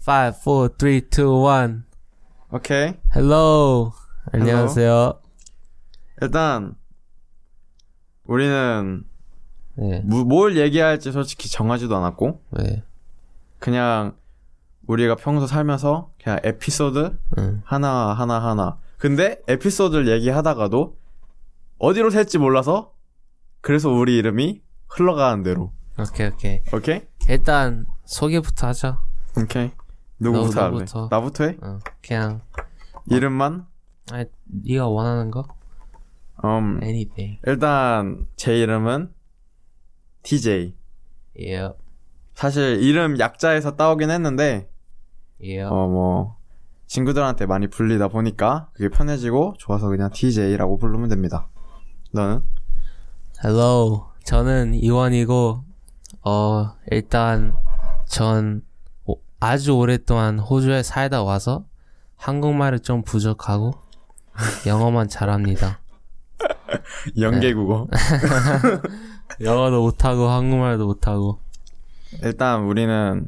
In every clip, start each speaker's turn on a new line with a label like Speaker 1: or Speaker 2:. Speaker 1: Five, four, three, two, one.
Speaker 2: 오케이.
Speaker 1: Hello. 안녕하세요.
Speaker 2: 일단 우리는
Speaker 1: 네.
Speaker 2: 무- 뭘 얘기할지 솔직히 정하지도 않았고
Speaker 1: 네.
Speaker 2: 그냥 우리가 평소 살면서 그냥 에피소드
Speaker 1: 응.
Speaker 2: 하나 하나 하나. 근데 에피소드를 얘기하다가도 어디로 셀지 몰라서 그래서 우리 이름이 흘러가는 대로.
Speaker 1: 오케이, 오케이.
Speaker 2: 오케이?
Speaker 1: 일단 소개부터 하죠.
Speaker 2: 오케이. 누구부터
Speaker 1: 너-
Speaker 2: 할래?
Speaker 1: 너부터.
Speaker 2: 나부터 해?
Speaker 1: 응. 그냥
Speaker 2: 이름만?
Speaker 1: 아니, 네가 원하는 거?
Speaker 2: 음,
Speaker 1: Anything.
Speaker 2: 일단 제 이름은 TJ.
Speaker 1: Yeah.
Speaker 2: 사실 이름 약자에서 따오긴 했는데
Speaker 1: Yeah.
Speaker 2: 어 뭐 친구들한테 많이 불리다 보니까 그게 편해지고 좋아서 그냥 TJ라고 부르면 됩니다. 너는?
Speaker 1: Hello. 저는 이원이고 어, 일단 전 오- 아주 오랫동안 호주에 살다 와서 한국말이 좀 부족하고 영어만 잘합니다.
Speaker 2: 연계국어.
Speaker 1: 영어도 못하고 한국말도 못하고
Speaker 2: 일단 우리는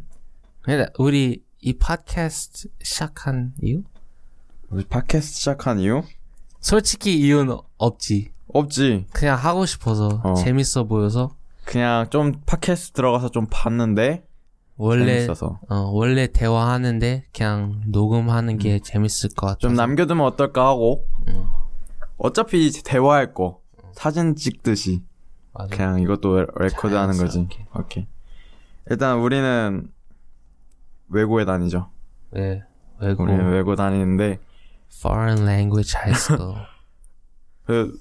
Speaker 1: 근데 그러니까 우리 이 팟캐스트 시작한 이유?
Speaker 2: 우리 팟캐스트 시작한 이유?
Speaker 1: 솔직히 이유는 없지.
Speaker 2: 없지.
Speaker 1: 그냥 하고 싶어서
Speaker 2: 어.
Speaker 1: 재밌어 보여서
Speaker 2: 그냥 좀 팟캐스트 들어가서 좀 봤는데
Speaker 1: 원래
Speaker 2: 재밌어서
Speaker 1: 어, 원래 대화하는데 그냥 녹음하는 게 재밌을 것 같아.
Speaker 2: 좀 남겨두면 어떨까 하고
Speaker 1: 음.
Speaker 2: 어차피 대화할 거 사진 찍듯이
Speaker 1: 맞아.
Speaker 2: 그냥 이것도 레- 레코드하는 거지.
Speaker 1: 자연스럽게.
Speaker 2: 오케이. 일단 우리는 외고에 다니죠.
Speaker 1: 네. 외국
Speaker 2: 우리는 외고 다니는데
Speaker 1: foreign language high school.
Speaker 2: 그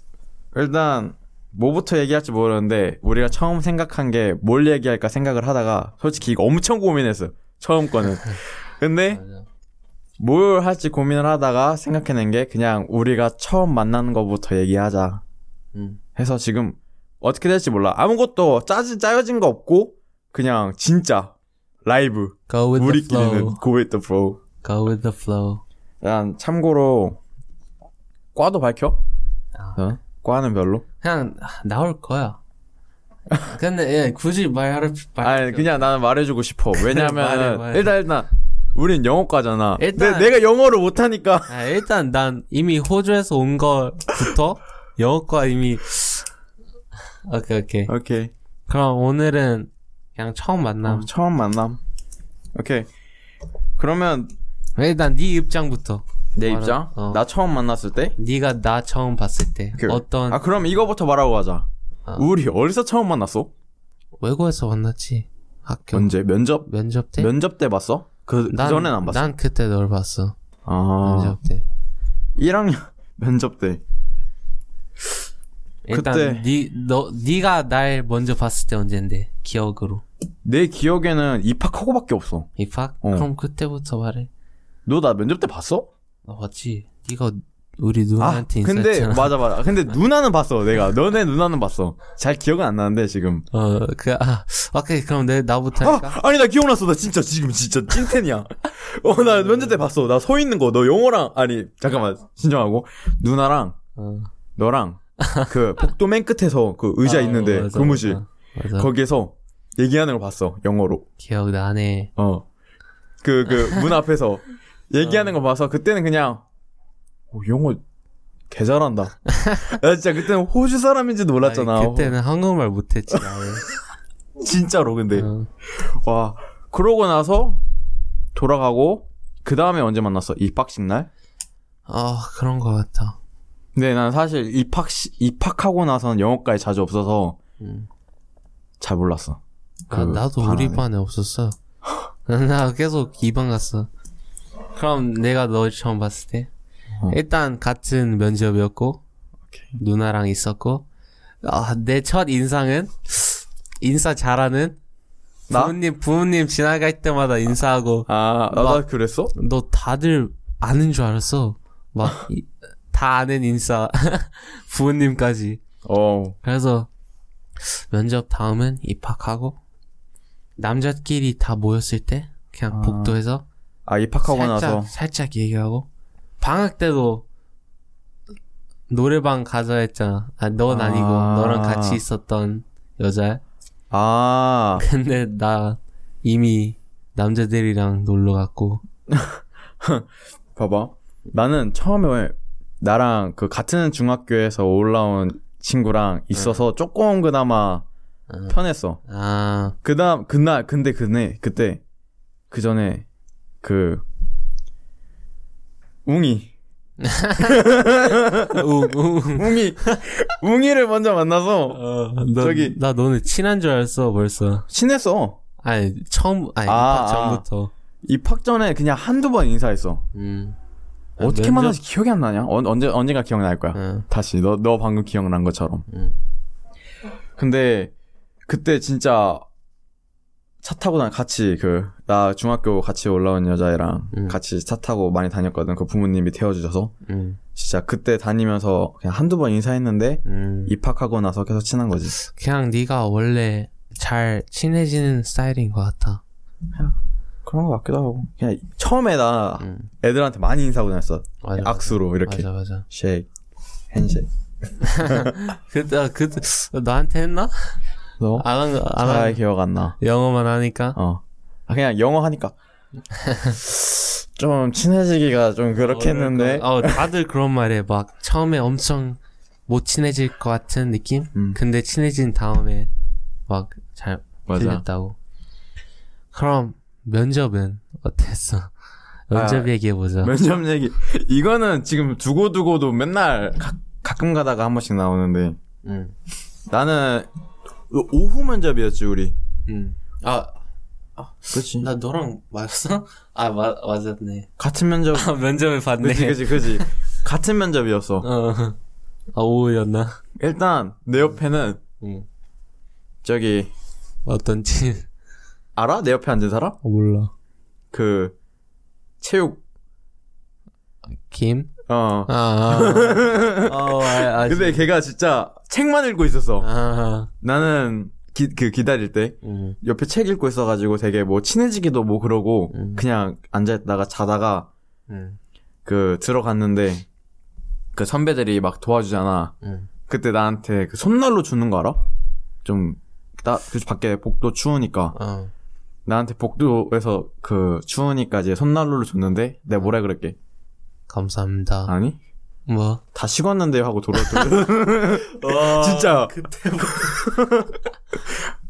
Speaker 2: 일단 뭐부터 얘기할지 모르는데 우리가 처음 생각한 게 뭘 얘기할까 생각을 하다가 솔직히 이거 엄청 고민했어요. 처음 거는. 근데
Speaker 1: 맞아.
Speaker 2: 뭘 할지 고민을 하다가 생각해낸 게 그냥 우리가 처음 만난 거부터 얘기하자
Speaker 1: 음.
Speaker 2: 해서 지금 어떻게 될지 몰라. 아무것도 짜지 짜여진 거 없고 그냥 진짜 라이브
Speaker 1: Go with the
Speaker 2: 우리끼리는
Speaker 1: flow.
Speaker 2: go with the flow.
Speaker 1: Go with the flow.
Speaker 2: 난 참고로 과도 밝혀?
Speaker 1: 아.
Speaker 2: 어? 과는 별로.
Speaker 1: 그냥 나올 거야. 근데 예, 굳이 말할 말.
Speaker 2: 아니 그냥 나는 말해주고 싶어.
Speaker 1: 말해,
Speaker 2: 왜냐면
Speaker 1: 말해.
Speaker 2: 일단 일단 우린 영어과잖아.
Speaker 1: 일단-
Speaker 2: 근데 내가 영어를 못하니까
Speaker 1: 아, 일단 난 이미 호주에서 온 거부터 영어과 이미 오케이 오케이
Speaker 2: 오케이
Speaker 1: 그럼 오늘은 그냥 처음 만남
Speaker 2: 어, 처음 만남. 오케이 그러면
Speaker 1: 일단 네 입장부터
Speaker 2: 내
Speaker 1: 말해.
Speaker 2: 입장
Speaker 1: 어.
Speaker 2: 나 처음 만났을 때
Speaker 1: 네가 나 처음 봤을 때
Speaker 2: 오케이.
Speaker 1: 어떤
Speaker 2: 아 그럼 이거부터 말하고 가자.
Speaker 1: 어.
Speaker 2: 우리 어디서 처음 만났어?
Speaker 1: 외국에서 만났지 학교
Speaker 2: 언제 면접
Speaker 1: 면접 때?
Speaker 2: 면접 때 봤어? 그, 그
Speaker 1: 난-
Speaker 2: 전엔 안 봤어.
Speaker 1: 난 그때 널 봤어
Speaker 2: 아
Speaker 1: 면접 때
Speaker 2: 1학년 면접 때.
Speaker 1: 일단
Speaker 2: 그때-
Speaker 1: 네, 너, 네가 날 먼저 봤을 때 언젠데 기억으로
Speaker 2: 내 기억에는 입학하고밖에 없어.
Speaker 1: 입학?
Speaker 2: 어.
Speaker 1: 그럼 그때부터 말해
Speaker 2: 너 나 면접 때 봤어?
Speaker 1: 나 봤지 네가 우리 누나한테
Speaker 2: 아, 근데
Speaker 1: 인사했잖아
Speaker 2: 맞아 맞아. 근데 누나는 봤어 내가. 너네 누나는 봤어. 잘 기억은 안 나는데 지금.
Speaker 1: 어, 그, 아, 오케이, 그럼 내, 나부터 할까?
Speaker 2: 아, 아니 나 기억났어. 나 진짜 지금 진짜 찐텐이야. 어 나 면접 때 봤어. 나 서 있는 거. 너 영어랑 아니 잠깐만 진정하고 누나랑
Speaker 1: 어.
Speaker 2: 너랑 그 복도 맨 끝에서 그 의자
Speaker 1: 아,
Speaker 2: 있는데
Speaker 1: 맞아, 어.
Speaker 2: 교무실
Speaker 1: 맞아, 맞아.
Speaker 2: 거기에서 얘기하는 걸 봤어 영어로.
Speaker 1: 기억나네.
Speaker 2: 어. 그, 그, 문 앞에서 얘기하는 거 봐서 그때는 그냥, 오, 영어 개 잘한다. 나 진짜 그때는 호주 사람인지도 몰랐잖아.
Speaker 1: 아니, 그때는 한국말 못했지, 나는.
Speaker 2: 진짜로, 근데.
Speaker 1: 어.
Speaker 2: 와. 그러고 나서 돌아가고, 그 다음에 언제 만났어? 입학식 날?
Speaker 1: 어, 그런 거 같아.
Speaker 2: 근데 난 사실 입학, 입학하고 나서는 영어까지 자주 없어서
Speaker 1: 음.
Speaker 2: 잘 몰랐어.
Speaker 1: 나,
Speaker 2: 그
Speaker 1: 아, 나도
Speaker 2: 반
Speaker 1: 우리
Speaker 2: 안에.
Speaker 1: 반에 없었어. 나 계속 이방 갔어. 그럼 내가 너 처음 봤을 때?
Speaker 2: 어.
Speaker 1: 일단 같은 면접이었고,
Speaker 2: 오케이.
Speaker 1: 누나랑 있었고, 아, 내 첫 인상은? 인사 잘하는?
Speaker 2: 나?
Speaker 1: 부모님, 부모님 지나갈 때마다 인사하고,
Speaker 2: 아, 나, 나 그랬어?
Speaker 1: 너 다들 아는 줄 알았어. 막, 이- 다 아는 인싸. 부모님까지.
Speaker 2: 어.
Speaker 1: 그래서, 면접 다음은 입학하고, 남자끼리 다 모였을 때, 그냥
Speaker 2: 아,
Speaker 1: 복도에서,
Speaker 2: 아, 입학하고
Speaker 1: 살짝,
Speaker 2: 나서.
Speaker 1: 살짝 얘기하고, 방학 때도, 노래방 가자 했잖아. 아, 넌
Speaker 2: 아.
Speaker 1: 아... 니고 너랑 같이 있었던 여자.
Speaker 2: 아,
Speaker 1: 근데 나, 이미 남자들이랑 놀러 갔고
Speaker 2: 봐봐. 나는 처음에 나랑 그 같은 중학교에서 올라온 친구랑 있어서 조금 그나마
Speaker 1: 응.
Speaker 2: 편했어.
Speaker 1: 아
Speaker 2: 그다음 그날 근데 그네 그때 그 전에 그 웅이
Speaker 1: 웅웅
Speaker 2: 웅이 웅이를 먼저 만나서
Speaker 1: 어, 너,
Speaker 2: 저기-
Speaker 1: 나 너네 친한 줄 알았어 벌써
Speaker 2: 친했어.
Speaker 1: 아니 처음 아니
Speaker 2: 아,
Speaker 1: 입학 전부터
Speaker 2: 입학 전에 그냥 한두 번 인사했어.
Speaker 1: 음
Speaker 2: 어떻게 만나지 기억이 안 나냐? 언, 언제 언젠가 기억날 거야.
Speaker 1: 응.
Speaker 2: 다시 너 너 방금 기억난 것처럼.
Speaker 1: 응.
Speaker 2: 근데 그때 진짜 차 타고 난 같이 그 나 중학교 같이 올라온 여자애랑
Speaker 1: 응.
Speaker 2: 같이 차 타고 많이 다녔거든. 그 부모님이 태워주셔서
Speaker 1: 응.
Speaker 2: 진짜 그때 다니면서 그냥 한두 번 인사했는데
Speaker 1: 음.
Speaker 2: 입학하고 나서 계속 친한 거지.
Speaker 1: 그냥 네가 원래 잘 친해지는 스타일인 것 같아.
Speaker 2: 그런 거 같기도 하고 그냥 처음에 나
Speaker 1: 응.
Speaker 2: 애들한테 많이 인사하고 다녔어.
Speaker 1: 맞아. 맞아.
Speaker 2: 악수로 이렇게
Speaker 1: 맞아 맞아.
Speaker 2: 쉐이크 핸쉐이크.
Speaker 1: 그때 아, 그때 나한테 했나? 아,
Speaker 2: 너
Speaker 1: 안한안
Speaker 2: 잘
Speaker 1: 한.
Speaker 2: 기억 안 나.
Speaker 1: 영어만 하니까.
Speaker 2: 어. 아, 그냥 영어 하니까. 좀 친해지기가 좀 그렇게 했는데.
Speaker 1: 어 다들 그런 말에 막 처음에 엄청 못 친해질 것 같은 느낌.
Speaker 2: 음.
Speaker 1: 근데 친해진 다음에 막 잘 들렸다고. 그럼 면접은 어땠어? 면접 얘기해 보자.
Speaker 2: 아, 면접 얘기. 이거는 지금 두고두고도 맨날 가, 가끔 가다가 한 번씩 나오는데.
Speaker 1: 응.
Speaker 2: 나는 오후 면접이었지, 우리.
Speaker 1: 응. 아나
Speaker 2: 그렇지.
Speaker 1: 너랑 맞았어? 아 맞, 맞았네.
Speaker 2: 같은 면접.
Speaker 1: 아, 면접을 봤네.
Speaker 2: 그지, 그지, 그지. 같은 면접이었어.
Speaker 1: 어. 아, 오후였나?
Speaker 2: 일단, 내 옆에는,
Speaker 1: 응.
Speaker 2: 저기,
Speaker 1: 어떤지.
Speaker 2: 알아? 내 옆에 앉은 사람?
Speaker 1: 몰라.
Speaker 2: 그, 체육,
Speaker 1: 김?
Speaker 2: 어.
Speaker 1: 아, 아. 어, 아, 아.
Speaker 2: 근데 걔가 진짜 책만 읽고 있었어.
Speaker 1: 아,
Speaker 2: 나는 기, 그 기다릴 때
Speaker 1: 음.
Speaker 2: 옆에 책 읽고 있어가지고 되게 뭐 친해지기도 뭐 그러고
Speaker 1: 음.
Speaker 2: 그냥 앉아있다가 자다가
Speaker 1: 음.
Speaker 2: 그 들어갔는데 그 선배들이 막 도와주잖아.
Speaker 1: 음.
Speaker 2: 그때 나한테 그 손난로 주는 거 알아? 좀, 나, 그 밖에 복도 추우니까
Speaker 1: 어.
Speaker 2: 나한테 복도에서 그 추우니까 이제 손난로를 줬는데 내가 뭐라 그랬게?
Speaker 1: 감사합니다.
Speaker 2: 아니?
Speaker 1: 뭐?
Speaker 2: 다 식었는데 하고 돌아왔더니 진짜
Speaker 1: 뭐.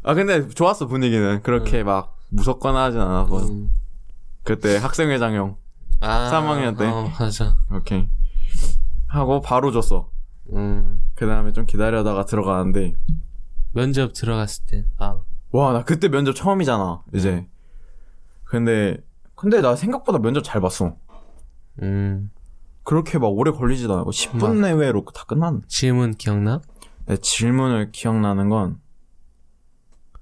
Speaker 2: 아 근데 좋았어 분위기는 그렇게 막 무섭거나 하진 않았고
Speaker 1: 음.
Speaker 2: 그때 학생회장형
Speaker 1: 아,
Speaker 2: 삼학년 때.
Speaker 1: 어, 맞아.
Speaker 2: 오케이. 하고 바로 줬어.
Speaker 1: 음.
Speaker 2: 그 다음에 좀 기다려다가 들어가는데
Speaker 1: 면접 들어갔을 때. 아.
Speaker 2: 와 나 그때 면접 처음이잖아 이제. 근데 근데 나 생각보다 면접 잘 봤어.
Speaker 1: 음.
Speaker 2: 그렇게 막 오래 걸리지도 않고 10분 내외로 다 끝난.
Speaker 1: 질문 기억나?
Speaker 2: 내 질문을 기억나는 건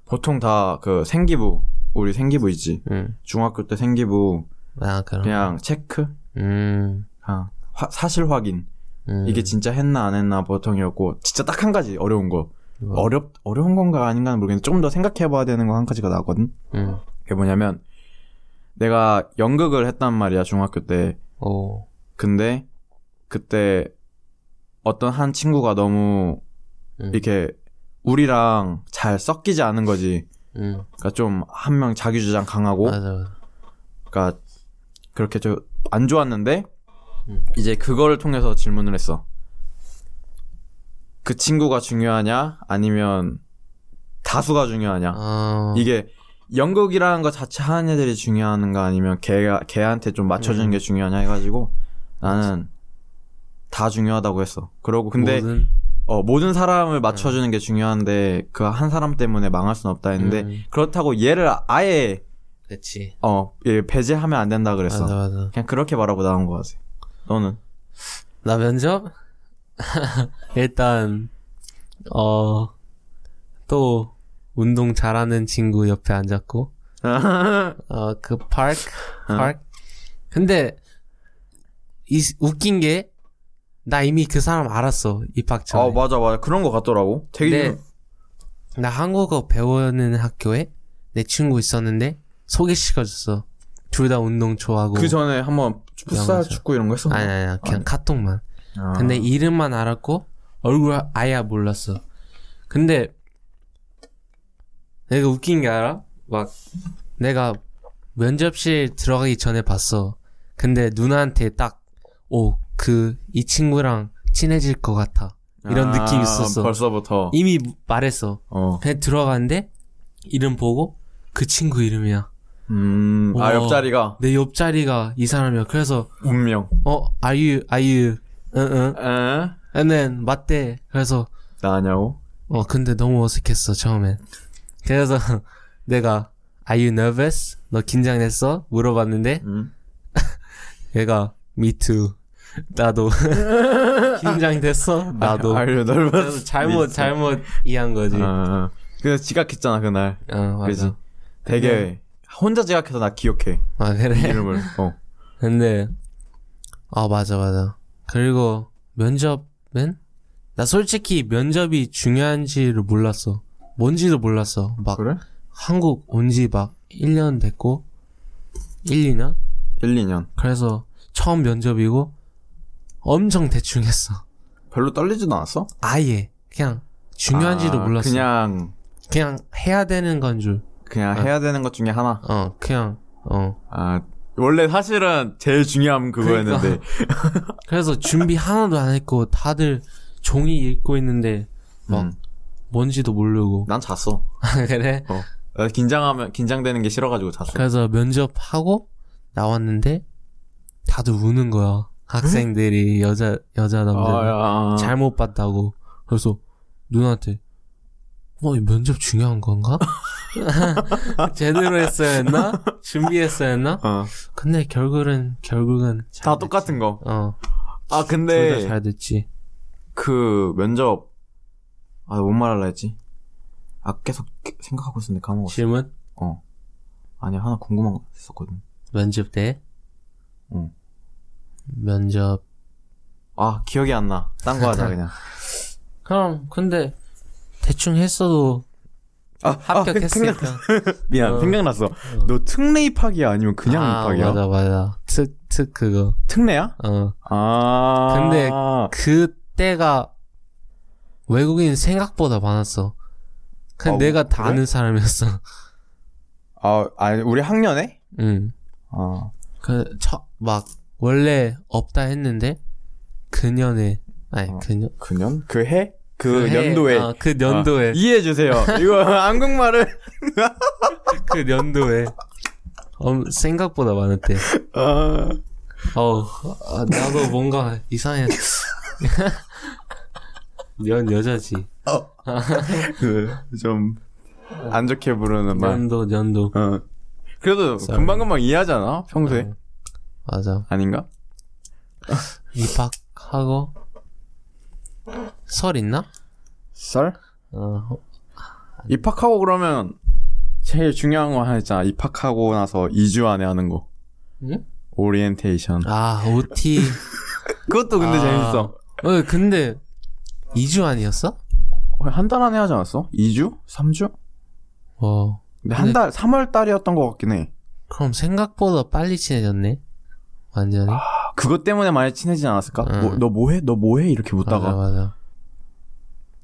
Speaker 2: 보통 다 그 생기부 우리 생기부 있지
Speaker 1: 음.
Speaker 2: 중학교 때 생기부
Speaker 1: 아, 그럼.
Speaker 2: 그냥 체크
Speaker 1: 음.
Speaker 2: 그냥 화- 사실 확인
Speaker 1: 음.
Speaker 2: 이게 진짜 했나 안 했나 보통이었고 진짜 딱 한 가지 어려운 거
Speaker 1: 뭐.
Speaker 2: 어렵 어려운 건가 아닌가는 모르겠는데 조금 더 생각해봐야 되는 거 한 가지가 나거든.
Speaker 1: 음.
Speaker 2: 그게 뭐냐면 내가 연극을 했단 말이야 중학교 때.
Speaker 1: 오.
Speaker 2: 근데 그때 어떤 한 친구가 너무
Speaker 1: 음.
Speaker 2: 이렇게 우리랑 잘 섞이지 않은 거지.
Speaker 1: 음.
Speaker 2: 그러니까 좀 한 명 자기 주장 강하고,
Speaker 1: 맞아, 맞아.
Speaker 2: 그러니까 그렇게 좀 안 좋았는데
Speaker 1: 음.
Speaker 2: 이제 그거를 통해서 질문을 했어. 그 친구가 중요하냐 아니면 다수가 중요하냐.
Speaker 1: 아.
Speaker 2: 이게 연극이라는 거 자체 하는 애들이 중요한가 아니면 걔가 걔한테 좀 맞춰주는
Speaker 1: 음.
Speaker 2: 게 중요하냐 해가지고 나는 다 중요하다고 했어. 그러고 근데 모든,
Speaker 1: 모든- 네.
Speaker 2: 어, 모든 사람을 맞춰주는 게 중요한데 그 한 사람 때문에 망할 순 없다 했는데
Speaker 1: 음.
Speaker 2: 그렇다고 얘를 아예
Speaker 1: 그치.
Speaker 2: 어, 얘 배제하면 안 된다 그랬어.
Speaker 1: 맞아, 맞아.
Speaker 2: 그냥 그렇게 말하고 나온 거 같아. 너는
Speaker 1: 나 면접? 일단, 어, 또, 운동 잘하는 친구 옆에 앉았고, 어, 그, 파크,
Speaker 2: 응.
Speaker 1: 파크. 근데, 이, 웃긴 게, 나 이미 그 사람 알았어, 입학 전에.
Speaker 2: 아 맞아 맞아 그런 거 같더라고. 되게
Speaker 1: 근데, 나 한국어 배우는 학교에 내 친구 있었는데, 소개시켜줬어. 둘 다 운동 좋아하고.
Speaker 2: 그 전에 한번 풋살
Speaker 1: 맞아.
Speaker 2: 축구 이런 거 했었나?
Speaker 1: 뭐. 아니, 아니, 아니, 그냥 카톡만.
Speaker 2: 아.
Speaker 1: 근데 이름만 알았고 얼굴 아예 몰랐어. 근데 내가 웃긴 게 알아? 막 내가 면접실 들어가기 전에 봤어. 근데 누나한테 딱, 오, 그, 이 친구랑 친해질 것 같아. 이런 느낌이 있었어.
Speaker 2: 벌써부터.
Speaker 1: 이미 말했어.
Speaker 2: 어.
Speaker 1: 그냥 들어갔는데, 이름 보고, 그 친구 이름이야.
Speaker 2: 음. 아
Speaker 1: 어.
Speaker 2: 옆자리가
Speaker 1: 내 옆자리가 이 사람이야. 그래서,
Speaker 2: 운명.
Speaker 1: 어, 아유, 아유, 응, 응.
Speaker 2: 에?
Speaker 1: And then, 맞대. 그래서,
Speaker 2: 나냐고?
Speaker 1: 어, 근데 너무 어색했어, 처음엔. 그래서, 내가, Are you nervous? 너 긴장했어? 물어봤는데,
Speaker 2: 음.
Speaker 1: 얘가 me too 나도 긴장됐어 나도
Speaker 2: 알려 아, 넓어.
Speaker 1: 그래서 잘못 잘못 이해한 거지 어,
Speaker 2: 아, 그래서 지각했잖아 그날.
Speaker 1: 맞아
Speaker 2: 그지. 되게
Speaker 1: 네.
Speaker 2: 혼자 지각해서 나 기억해
Speaker 1: 아 그래
Speaker 2: 이름을. 어.
Speaker 1: 근데 아 맞아 맞아 그리고 면접은 나 솔직히 면접이 중요한지를 몰랐어 뭔지도 몰랐어 막
Speaker 2: 그래?
Speaker 1: 한국 온 지 막 1년 됐고 1, 2년
Speaker 2: 1, 2년.
Speaker 1: 그래서 처음 면접이고 엄청 대충 했어
Speaker 2: 별로 떨리지도 않았어?
Speaker 1: 아예 그냥 중요한지도
Speaker 2: 아,
Speaker 1: 몰랐어
Speaker 2: 그냥
Speaker 1: 그냥 해야 되는 건 줄.
Speaker 2: 그냥
Speaker 1: 아.
Speaker 2: 해야 되는 것 중에 하나.
Speaker 1: 어, 그냥 어.
Speaker 2: 아 원래 사실은 제일 중요한 그거였는데
Speaker 1: 그래서 준비 하나도 안 했고 다들 종이 읽고 있는데 막
Speaker 2: 음,
Speaker 1: 뭔지도 모르고. 아,
Speaker 2: 난 잤어.
Speaker 1: 그래.
Speaker 2: 나 긴장하면 긴장되는 게 싫어가지고 잤어.
Speaker 1: 그래서 면접하고 나왔는데 다들 우는 거야. 학생들이 여자 여자
Speaker 2: 아,
Speaker 1: 남자
Speaker 2: 야, 아.
Speaker 1: 잘못 봤다고. 그래서 누나한테 어, 이 면접 중요한 건가? 제대로 했어야 했나? 준비했어야 했나?
Speaker 2: 어.
Speaker 1: 근데 결국은 결국은 잘
Speaker 2: 다
Speaker 1: 됐지.
Speaker 2: 똑같은 거.
Speaker 1: 어. 둘
Speaker 2: 아
Speaker 1: 다
Speaker 2: 근데
Speaker 1: 잘 됐지.
Speaker 2: 그 면접 아 뭔 말할라 했지? 아 계속 생각하고 있었는데 까먹었어.
Speaker 1: 질문?
Speaker 2: 어 아니 하나 궁금한 거 있었거든.
Speaker 1: 면접 때?
Speaker 2: 응.
Speaker 1: 면접.
Speaker 2: 아 기억이 안 나. 딴 거 하자 그냥.
Speaker 1: 그럼, 근데, 대충 했어도
Speaker 2: 아,
Speaker 1: 합격했으니까.
Speaker 2: 미안
Speaker 1: 어.
Speaker 2: 생각났어. 너 특례 입학이야 아니면 그냥
Speaker 1: 아,
Speaker 2: 입학이야?
Speaker 1: 맞아, 맞아. 특, 특 그거.
Speaker 2: 특례야?
Speaker 1: 어.
Speaker 2: 아
Speaker 1: 근데 그때가 외국인 생각보다 많았어. 그냥
Speaker 2: 아,
Speaker 1: 내가 다
Speaker 2: 그래?
Speaker 1: 아는 사람이었어.
Speaker 2: 아 아니 우리 학년에?
Speaker 1: 응.
Speaker 2: 아
Speaker 1: 그, 첫, 막, 원래 없다 했는데, 그년에, 아니,
Speaker 2: 어.
Speaker 1: 그년,
Speaker 2: 그년? 그 해?
Speaker 1: 그
Speaker 2: 그,
Speaker 1: 해,
Speaker 2: 연도에
Speaker 1: 어, 그 연도에.
Speaker 2: 아, 이해해 주세요. 이거 한국말을 아.
Speaker 1: 그 연도에 엄- 생각보다 많았대.
Speaker 2: 아,
Speaker 1: 어 나도 뭔가 이상해. 연 여자지.
Speaker 2: 그좀안 좋게 부르는 말.
Speaker 1: 연도 연도.
Speaker 2: 어. 그래도
Speaker 1: Sorry.
Speaker 2: 금방 금방 이해하잖아 평소에
Speaker 1: 어, 맞아.
Speaker 2: 아닌가?
Speaker 1: 입학하고 설 있나?
Speaker 2: 썰?
Speaker 1: 어,
Speaker 2: 입학하고 그러면 제일 중요한 거 하나 있잖아. 입학하고 나서 2주 안에 하는 거.
Speaker 1: 응?
Speaker 2: 오리엔테이션.
Speaker 1: 아 OT.
Speaker 2: 그것도 근데
Speaker 1: 아.
Speaker 2: 재밌어.
Speaker 1: 어 근데 2주 아니었어?
Speaker 2: 거의 한달 안에 하지 않았어? 2주? 3주?
Speaker 1: 어
Speaker 2: 근데 한
Speaker 1: 근데-
Speaker 2: 달, 3월 달이었던 것 같긴 해.
Speaker 1: 그럼 생각보다 빨리 친해졌네. 완전히.
Speaker 2: 아, 그것 때문에 많이 친해지지 않았을까?
Speaker 1: 응.
Speaker 2: 뭐, 너 뭐해? 너 뭐해? 이렇게 묻다가.
Speaker 1: 음. 맞아 네. 맞아.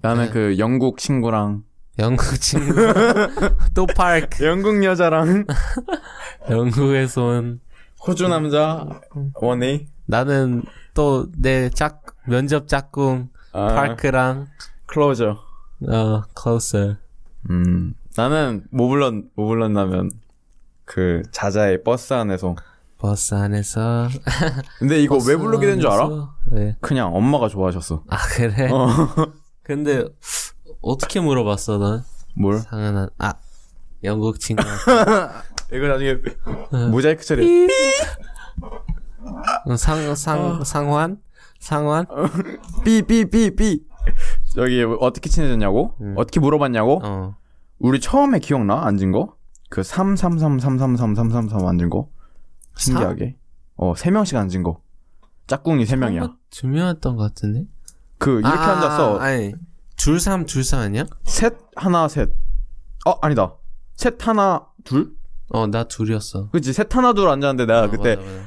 Speaker 2: 나는
Speaker 1: 네.
Speaker 2: 그 영국 친구랑
Speaker 1: 영국 친구 또 파크.
Speaker 2: 영국 여자랑
Speaker 1: 영국에서 온
Speaker 2: 호주 남자 원이
Speaker 1: 나는 또 내 짝, 면접 짝꿍, 파크랑,
Speaker 2: 아, 클로저.
Speaker 1: 어, closer.
Speaker 2: 음. 나는 뭐 불렀 뭐 불렀냐면 그 자자의 버스 안에서.
Speaker 1: 버스 안에서.
Speaker 2: 근데 이거 왜 부르게 된 줄 알아?
Speaker 1: 버스 안에서. 왜?
Speaker 2: 그냥 엄마가 좋아하셨어.
Speaker 1: 아, 그래?
Speaker 2: 어.
Speaker 1: 근데, 어떻게 물어봤어, 넌?
Speaker 2: 뭘?
Speaker 1: 당연한, 아, 영국 친구.
Speaker 2: 이거 나중에
Speaker 1: 네.
Speaker 2: 모자이크 처리.
Speaker 1: 삐! 상, 상, 상환? 상환?
Speaker 2: 삐삐삐삐. 저기 어떻게 친해졌냐고?
Speaker 1: 음.
Speaker 2: 어떻게 물어봤냐고?
Speaker 1: 어.
Speaker 2: 우리 처음에 기억나? 앉은 거? 그 33333333 앉은 거? 신기하게. 어, 세 명씩 앉은 거. 짝꿍이 세 명이야.
Speaker 1: 두 명이었던 것 같은데?
Speaker 2: 그 이렇게
Speaker 1: 아,
Speaker 2: 앉았어.
Speaker 1: 아니, 둘삼, 둘삼 아니야?
Speaker 2: 셋 하나 셋. 어, 아니다. 셋 하나 둘?
Speaker 1: 어, 나 둘이었어.
Speaker 2: 그치 셋 하나 둘 앉았는데 내가
Speaker 1: 어,
Speaker 2: 그때
Speaker 1: 맞아, 맞아.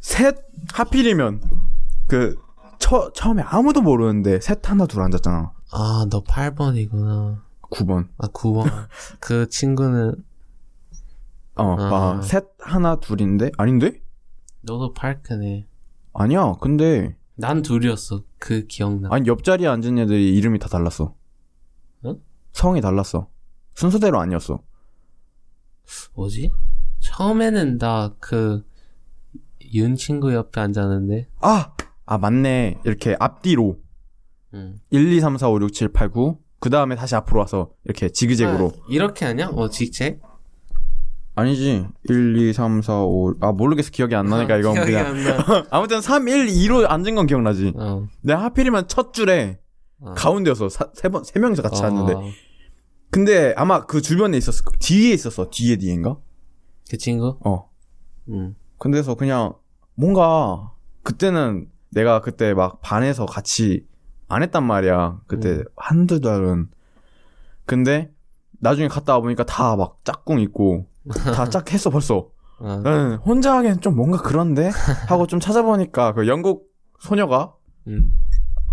Speaker 2: 셋 하필이면 그 처, 처음에 아무도 모르는데 셋 하나 둘 앉았잖아.
Speaker 1: 아, 너 8번이구나.
Speaker 2: 9번.
Speaker 1: 아, 9번. 그 친구는
Speaker 2: 어,
Speaker 1: 아.
Speaker 2: 아, 셋 하나 둘인데 아닌데?
Speaker 1: 너도 파크네.
Speaker 2: 아니야. 근데
Speaker 1: 난 둘이었어. 그 기억나.
Speaker 2: 아니 옆자리에 앉은 애들이 이름이 다 달랐어.
Speaker 1: 응?
Speaker 2: 성이 달랐어. 순서대로 아니었어.
Speaker 1: 뭐지? 처음에는 나 그 윤 친구 옆에 앉았는데.
Speaker 2: 아, 아 맞네. 이렇게 앞뒤로
Speaker 1: 응.
Speaker 2: 1, 2, 3, 4, 5, 6, 7, 8, 9. 그 다음에 다시 앞으로 와서 이렇게 지그재그로.
Speaker 1: 아, 이렇게 하냐? 어 직책?
Speaker 2: 아니지. 1, 2, 3, 4, 5. 아 모르겠어. 기억이 안 나니까 이건
Speaker 1: 아, 기억이
Speaker 2: 그냥.
Speaker 1: 안 나.
Speaker 2: 아무튼 3, 1, 2로 앉은 건 기억나지.
Speaker 1: 어.
Speaker 2: 내가 하필이면 첫 줄에
Speaker 1: 어.
Speaker 2: 가운데였어. 사- 세 번, 세 명이서 같이 앉는데.
Speaker 1: 어,
Speaker 2: 근데 아마 그 주변에 있었을 거. 뒤에 있었어. 뒤에 뒤인가?
Speaker 1: 그 친구? 음.
Speaker 2: 어.
Speaker 1: 응.
Speaker 2: 근데서 그냥 뭔가 그때는 내가 그때 막 반에서 같이 안 했단 말이야. 그때
Speaker 1: 음.
Speaker 2: 한두 달은. 근데 나중에 갔다 와 보니까 다 막 짝꿍 있고 다 짝했어 벌써.
Speaker 1: 어.
Speaker 2: 나는 혼자 하기엔 좀 뭔가 그런데 하고 좀 찾아보니까 그 영국 소녀가
Speaker 1: 응.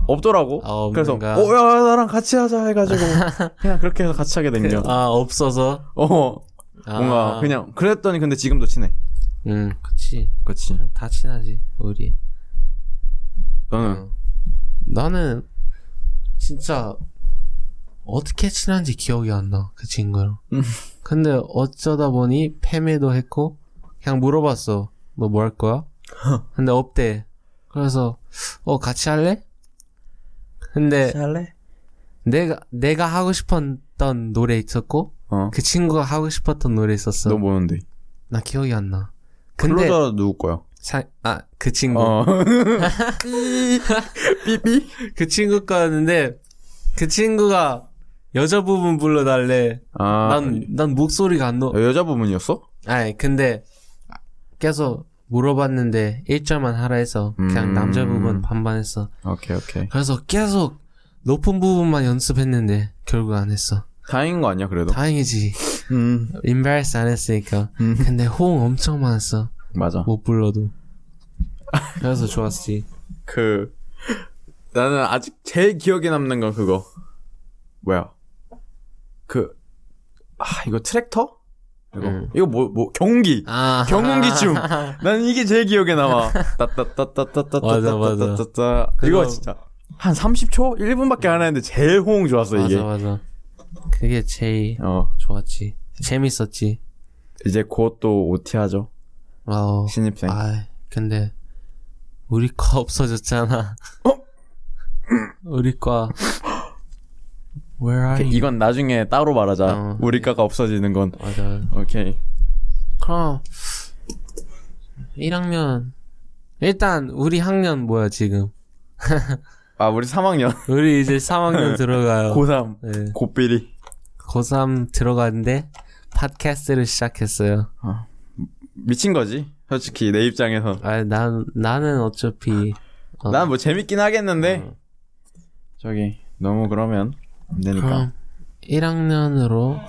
Speaker 2: 없더라고.
Speaker 1: 음. 아, 없는가?
Speaker 2: 그래서 어야 나랑 같이 하자 해가지고 그냥 그렇게 해서 같이 하게 된 거야.
Speaker 1: 아 없어서.
Speaker 2: 어
Speaker 1: 아.
Speaker 2: 뭔가 그냥 그랬더니 근데 지금도 친해.
Speaker 1: 응. 그치.
Speaker 2: 그렇지.
Speaker 1: 다 친하지 우리.
Speaker 2: 너는
Speaker 1: 나는 진짜 어떻게 친한지 기억이 안 나, 그 친구랑.
Speaker 2: 음.
Speaker 1: 근데 어쩌다 보니 패매도 했고, 그냥 물어봤어. 너 뭐 할 거야? 근데 없대. 그래서, 어, 같이 할래? 근데
Speaker 2: 할래?
Speaker 1: 내가, 내가 하고 싶었던 노래 있었고,
Speaker 2: 어.
Speaker 1: 그 친구가 하고 싶었던 노래 있었어.
Speaker 2: 너 뭐였는데?
Speaker 1: 나 기억이 안 나. 근데,
Speaker 2: 클로저 누구 거야?
Speaker 1: 사- 아, 그 친구.
Speaker 2: 어. 삐삐.
Speaker 1: 그 친구 거였는데, 그 친구가 여자 부분 불러달래.
Speaker 2: 아.
Speaker 1: 난, 난 목소리가 안 녹.
Speaker 2: 여자 부분이었어?
Speaker 1: 아니, 근데, 계속 물어봤는데, 1절만 하라 해서, 그냥
Speaker 2: 음.
Speaker 1: 남자 부분 반반 했어.
Speaker 2: 오케이 오케이.
Speaker 1: 그래서 계속 높은 부분만 연습했는데, 결국 안 했어.
Speaker 2: 다행인 거 아니야 그래도.
Speaker 1: 다행이지.
Speaker 2: 음.
Speaker 1: embarrass 안 했으니까.
Speaker 2: 음.
Speaker 1: 근데 호응 엄청 많았어.
Speaker 2: 맞아.
Speaker 1: 못 불러도. 그래서 좋았지.
Speaker 2: 그 나는 아직 제일 기억에 남는 건 그거. 뭐야? 그 아, 이거 트랙터? 이거
Speaker 1: 음.
Speaker 2: 이거 뭐 뭐 경운기.
Speaker 1: 아.
Speaker 2: 경운기춤. 난 이게 제일 기억에 남아.
Speaker 1: 맞아, 맞아.
Speaker 2: 따따따따따따따따따.
Speaker 1: 그거-
Speaker 2: 이거 진짜 한 30초? 1분밖에 안 했는데 제일 호응 좋았어 이게.
Speaker 1: 맞아, 맞아. 그게 제일
Speaker 2: 어.
Speaker 1: 좋았지. 재밌었지.
Speaker 2: 이제 곧 또 OT 하죠.
Speaker 1: 와우.
Speaker 2: 신입생.
Speaker 1: 아, 근데 우리 과 없어졌잖아.
Speaker 2: 어?
Speaker 1: 우리 과. Where are you?
Speaker 2: 이건 나중에 따로 말하자.
Speaker 1: 어.
Speaker 2: 우리과가 없어지는 건.
Speaker 1: 맞아.
Speaker 2: 오케이.
Speaker 1: 그럼 1학년 일단 우리 학년 뭐야 지금?
Speaker 2: 아, 우리 3학년.
Speaker 1: 우리 이제 3학년 들어가요.
Speaker 2: 고3.
Speaker 1: 네,
Speaker 2: 고삐리.
Speaker 1: 고3 들어가는데 팟캐스트를 시작했어요.
Speaker 2: 미친 거지. 솔직히 내 입장에서.
Speaker 1: 아, 난 나는 어차피 어,
Speaker 2: 난 뭐 재밌긴 하겠는데.
Speaker 1: 어.
Speaker 2: 저기, 너무 그러면 안 되니까. 그럼.
Speaker 1: 그럼 1학년으로